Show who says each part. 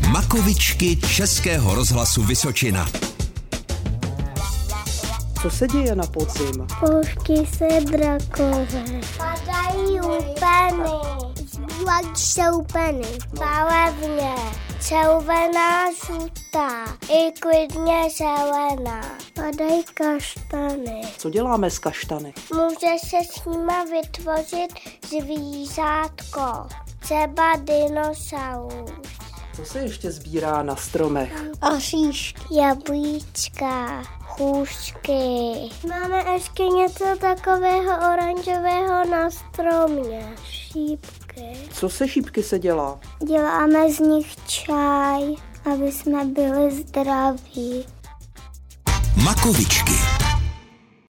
Speaker 1: Píkovičky Českého rozhlasu Vysočina.
Speaker 2: Co se děje na podzim?
Speaker 3: Pouští se drakové. Padají lupeny. Zbývají se lupeny. Palevně. Červená, žlutá. I klidně zelená. Padají kaštany.
Speaker 2: Co děláme s kaštany?
Speaker 3: Může se s nima vytvořit zvířátko. Třeba dinosaurus.
Speaker 2: Co se ještě sbírá na stromech?
Speaker 3: Oříšky. Jablíčka. Chůšky. Máme ještě něco takového oranžového na stromě. Šípky.
Speaker 2: Co se šípky se dělá?
Speaker 3: Děláme z nich čaj, aby jsme byli zdraví.
Speaker 1: Makovičky.